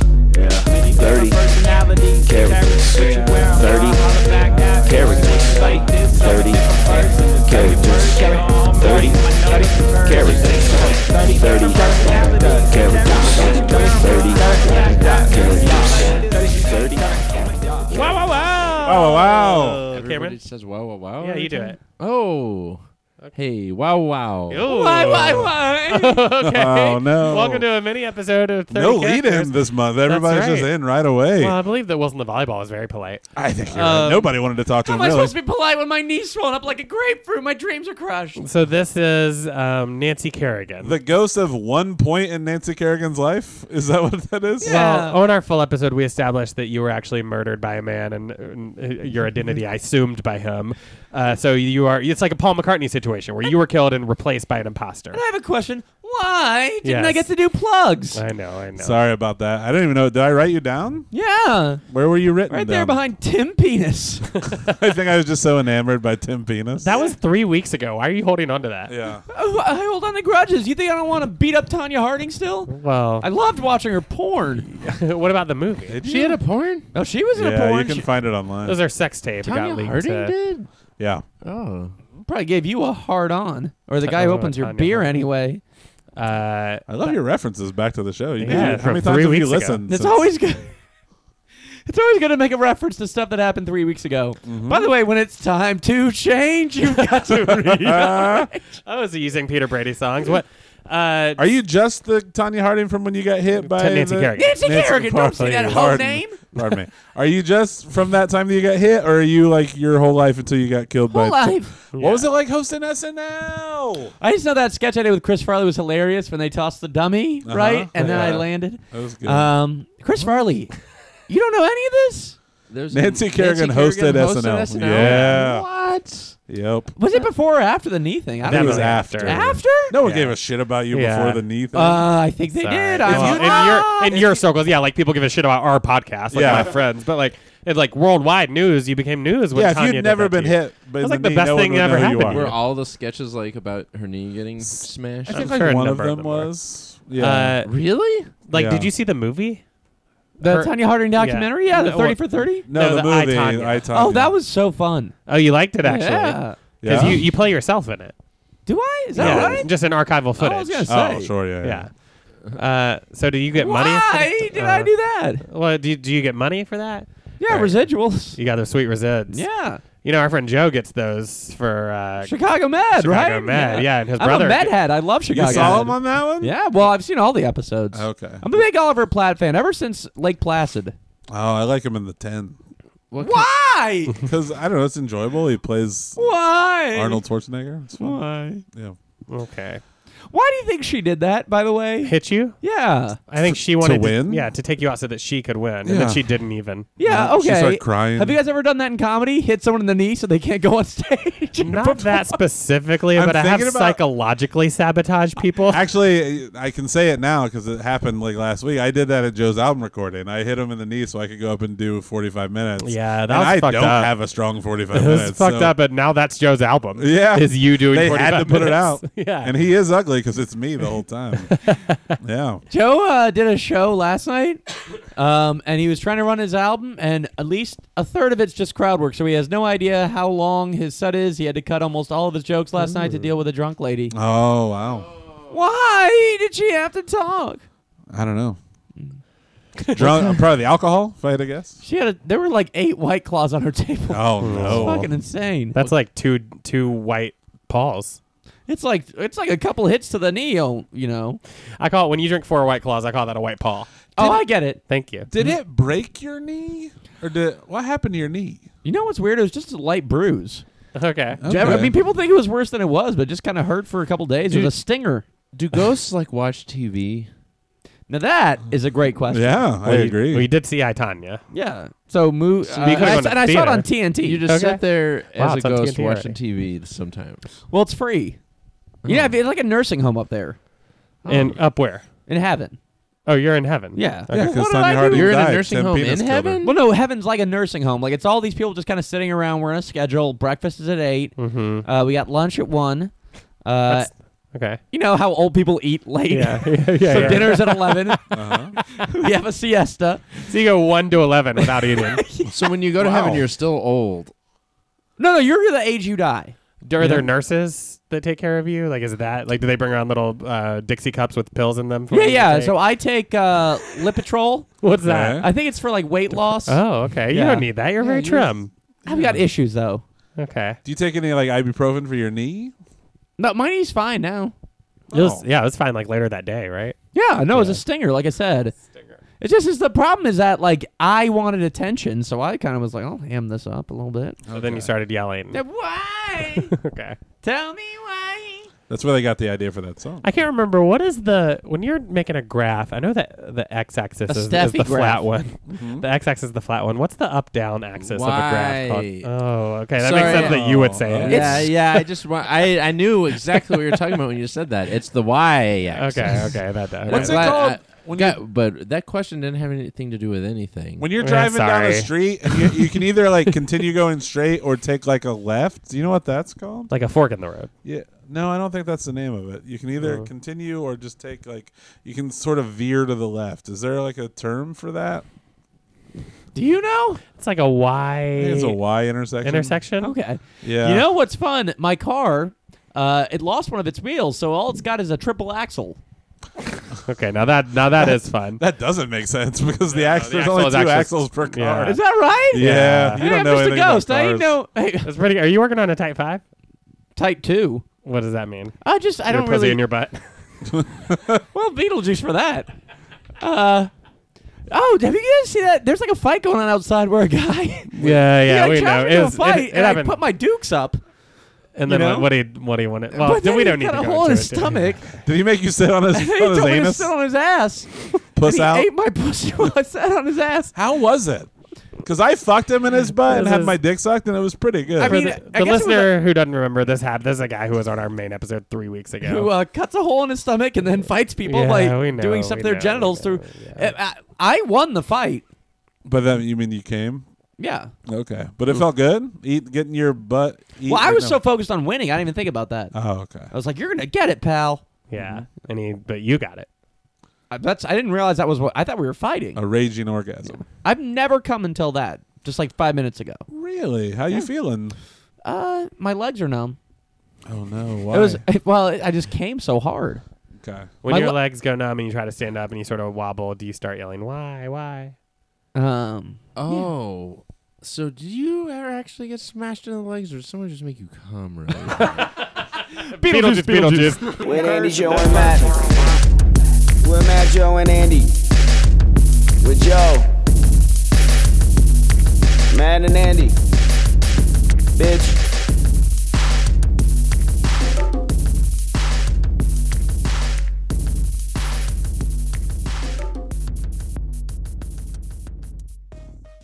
Thirty characters. Thirty characters. Thirty characters. Thirty characters. Thirty characters. Thirty characters. Thirty. Wow, wow, wow. Oh wow! Okay, Everybody Cameron? says wow, wow, wow. Yeah, every you do time? it. Oh. Hey, wow, wow. Ooh. okay. Oh no! Welcome to a mini episode of 30 no lead Characters. in this month. Everybody's just right. in right away. Well, I believe that Wilson the volleyball is very polite. I think you're right. um, nobody wanted to talk to How am him I really. supposed to be polite when my knee's swollen up like a grapefruit? My dreams are crushed. So this is um, Nancy Kerrigan. the ghost of one point in Nancy Kerrigan's life is that what that is? Yeah. Well, on our full episode, we established that you were actually murdered by a man, and, and uh, your identity I assumed by him. Uh, so you are. It's like a Paul McCartney situation where you were killed and replaced by an imposter. And I have a question. Why didn't I Yes. get to do plugs? I know. I know. Sorry about that. I don't even know. Did I write you down? yeah. Where were you written? Right there down? behind Tim Penis. I think I was just so enamored by Tim Penis. That was three weeks ago. Why are you holding on to that? yeah. Oh, I hold on to grudges. You think I don't want to beat up Tanya Harding still? Well, I loved watching her porn. what about the movie? She had a porn? Oh, she was in a Yeah, porn. you can She find it online. Those are sex tape. It got leaked to- did? yeah. Oh. Probably gave you a hard on. Or the guy who Oh, opens your Tanya beer Harding. anyway. Uh, I love your references back to the show. You Yeah, did- from how many three times have you weeks ago. listened? It's since- always good. It's always going to make a reference to stuff that happened three weeks ago. Mm-hmm. By the way, when it's time to change, you've got to read. I was using Peter Brady songs. What? Uh, Are you just the Tanya Harding from when you got hit by Nancy the- Kerrigan. Nancy Kerrigan, don't say that whole Pardon. name. Pardon me. Are you just from that time that you got hit, or are you like your whole life until you got killed Whole by? life. What was it like hosting SNL? I just know that sketch I did with Chris Farley was hilarious when they tossed the dummy, Uh-huh. right? And then I Yeah. landed. That was good. Uh, Um, Chris Farley, you don't know any of this? There's Nancy Kerrigan hosted SNL. Yeah. What? Yep. Was it before or after the knee thing? I That don't was know. after. after. No one Yeah. gave a shit about you Yeah. before the knee Uh, thing. I think they did. I Well, was in your in your circles, yeah, like people give a shit about our podcast, like Yeah. my friends, but like it's like worldwide news. You became news when yeah, if Tanya you'd did never that to been you. hit, but That's in like the the knee, best no thing one that would ever know who happened. You Were are. all the sketches like about her knee getting smashed? I think I'm like sure a one of number of them, them were. was. Yeah. Uh, really? like, Yeah. did you see the movie? the Her- Tanya Harding documentary. Yeah, Yeah. the No, thirty well- for thirty. no, no, the, the I, movie. Tonya. I, Oh, Tonya. Oh, that was so fun. Oh, you liked it actually. Yeah. Because Yeah? you, you play yourself in it. Do I? Is that yeah. right? Just in archival footage. I was gonna Oh, say. sure, yeah. yeah. Uh, so do you get money? for Why that? did Uh, I do that? Well, do you, do you get money for that? Yeah, All right. residuals. You got the sweet resids. Yeah, You know, our friend Joe gets those for uh, Chicago Med, Chicago right? Med, yeah, and his I'm brother- a Med head. I love You Chicago. saw Med. him on that one? Yeah, well, I've seen all the episodes. Okay. I'm a big Oliver Platt fan ever since Lake Placid. Oh, I like him in the ten What? ki- Why? because I don't know. It's enjoyable. He plays Why? Arnold Schwarzenegger. It's fun. Why? Yeah. Okay. Why do you think she did that? By the way. Hit you? yeah. I think she wanted win? yeah, to take you out so that she could win, and Yeah. then she didn't even. Yeah. She Okay. started crying. Have you guys ever done that in comedy? Hit someone in the knee so they can't go on stage. Not that specifically, I'm but I have thinking about- psychologically sabotage people. Actually, I can say it now because it happened like last week. I did that at Joe's album recording. I hit him in the knee so I could go up and do 45 minutes. Yeah, that and was I fucked don't up. have a strong 45 It minutes. was fucked so up, but now that's Joe's album. Yeah. is you doing? They 45 had to put it out. minutes. yeah, And he is ugly because it's me the whole time. yeah. Joe uh, did a show last night, um, and he was trying to run his album, and at least a third of it's just crowd work, so he has no idea how long his set is. He had to cut almost all of his jokes last night to deal with a drunk lady. Oh, wow. Why did she have to talk? I don't know. Drunk, I'm probably the alcohol, if I had to guess. She had a, there were like eight white claws on her table. Oh, It's no. fucking insane. that's like two two white Pauls. It's like it's like a couple hits to the knee, oh, you know. I call it when you drink four white claws. I call that a white Paul. Oh, I get it. Thank you. Did it break your knee? Or did what happened to your knee? You know what's weird? It was just a light bruise. Okay. I Okay. mean, people think it was worse than it was, but it just kind of hurt for a couple days. It was a stinger. Do ghosts like watch TV? Now that is a great question. Yeah, I Well, you- agree. well, you did see I Tanya. Yeah. So move. So you uh, could've I gone s- to and I saw it theater. on TNT. You just Okay. sit there Wow, as a it's on ghost TNT watching already. TV sometimes. well, it's free. Yeah, it's like a nursing home up there And up where? in heaven. Oh, you're in heaven. Yeah. Oh. Yeah, Well, 'cause what did Tanya I do? Harding You're in a died, nursing Tim home Penis in killed her. heaven? Well, no, heaven's like a nursing home. Like it's all these people just kind of sitting around. We're on a schedule. Breakfast is at 8 Uh, we got lunch at one. Uh, Hmm. That's- Mm-hmm. okay. you know how old people eat late. Yeah. yeah, yeah, so yeah. dinner's at 11. Uh-huh. we have a siesta. So you go one to eleven without eating. So when you go to heaven, Wow. you're still old. No, no, you're the age you die. Do- Are there Yeah. nurses that take care of you? Like, is that like? Do they bring around little uh, Dixie cups with pills in them? for Yeah, you to yeah. take? So I take uh, Lipitrol. what's that? Yeah. I think it's for like weight loss. Oh, okay. Yeah. You don't need that. You're very you're- trim. I've got issues though. Okay. Do you take any like ibuprofen for your knee? No, my knee's fine now. It was, Oh. yeah, it was fine. Like later that day, right? Yeah, no, it's a stinger, like I said. It just is the problem is that like I wanted attention, so I kind of was like, I'll ham this up a little bit. So then you started yelling. Oh. Why? okay. Tell me why. That's where they got the idea for that song. I can't remember what is the when you're making a graph. I know that the x-axis A is, is Steffi the graph. flat one. The x-axis is the flat one. What's the up-down axis of a Why? graph? Called? Oh, okay. That Sorry. makes sense that you would say it. yeah, It's- yeah. I just wa- I I knew exactly what you were talking about when you said that. It's the Y. axis. Okay. Okay. That. that What's okay. it Glad- called? I- When got- but that question didn't have anything to do with anything. When you're Yeah, driving down the sorry. street, and you, you can either like continue going straight or take like a left. Do you know what that's called? Like a fork in the road. Yeah. No, I don't think that's the name of it. You can either Oh. continue or just take like you can sort of veer to the left. Is there like a term for that? Do you know? It's like a Y I think it's a Y intersection. intersection. Okay. Yeah. You know what's fun? My car, uh, it lost one of its wheels, so all it's got is a triple axle. Okay. Now that now that is fun. that doesn't make sense because the axle, the there's axle only is two actually- axles per yeah. car. Is that right? Yeah. Yeah. You Hey, don't I'm know just a anything about ghost. I cars. ain't know. Hey, That's pretty. Are you working on a Type Five? type two. What does that mean? I just I your don't pussy really. in your butt. Well, Beetlejuice for that. Uh, oh, have you guys seen that? There's like a fight going on outside where a guy. yeah, he, yeah, like, we know. challenged me It, to was, a it, fight, it and I happened. put my dukes up. and then you what- know? what, he what he wanted. Well, but then then we he don't need got to a go hole in into his it, dude. stomach. Did he make you sit on his, on he told his me to anus? sit on his ass. Puss he out? ate my pussy while I sat on his ass. How was it? Because I fucked him in his butt and This had is- my dick sucked, and it was pretty good. I For mean, the, I the guess it was listener who doesn't remember this happened, this is a guy who was on our main episode three weeks ago. Who uh, cuts a hole in his stomach and then fights people Yeah, by we know, doing stuff we with their know, we genitals know, through. yeah. I, I I won the fight. but then you mean you came? Yeah. Okay, but it felt good. Eat getting your butt. Eat, Well, I like, was no- so focused on winning, I didn't even think about that. Oh, okay. I was like, "You're gonna get it, pal." yeah, and he, but you got it. I, that's I didn't realize that was what I thought we were fighting. A raging orgasm. I've never come until that, just like five minutes ago. Really? How you feeling? Uh, my legs are numb. Oh no! Why? It was well, I just came so hard. okay. When My your lo- legs go numb and you try to stand up and you sort of wobble, do you start yelling why why? Um, Oh. So did you ever actually get smashed in the legs, or did someone just make you come? Really? Beetlejuice, Beetlejuice. With Andy, Joe, and Matt. We're Matt, Joe, and Andy.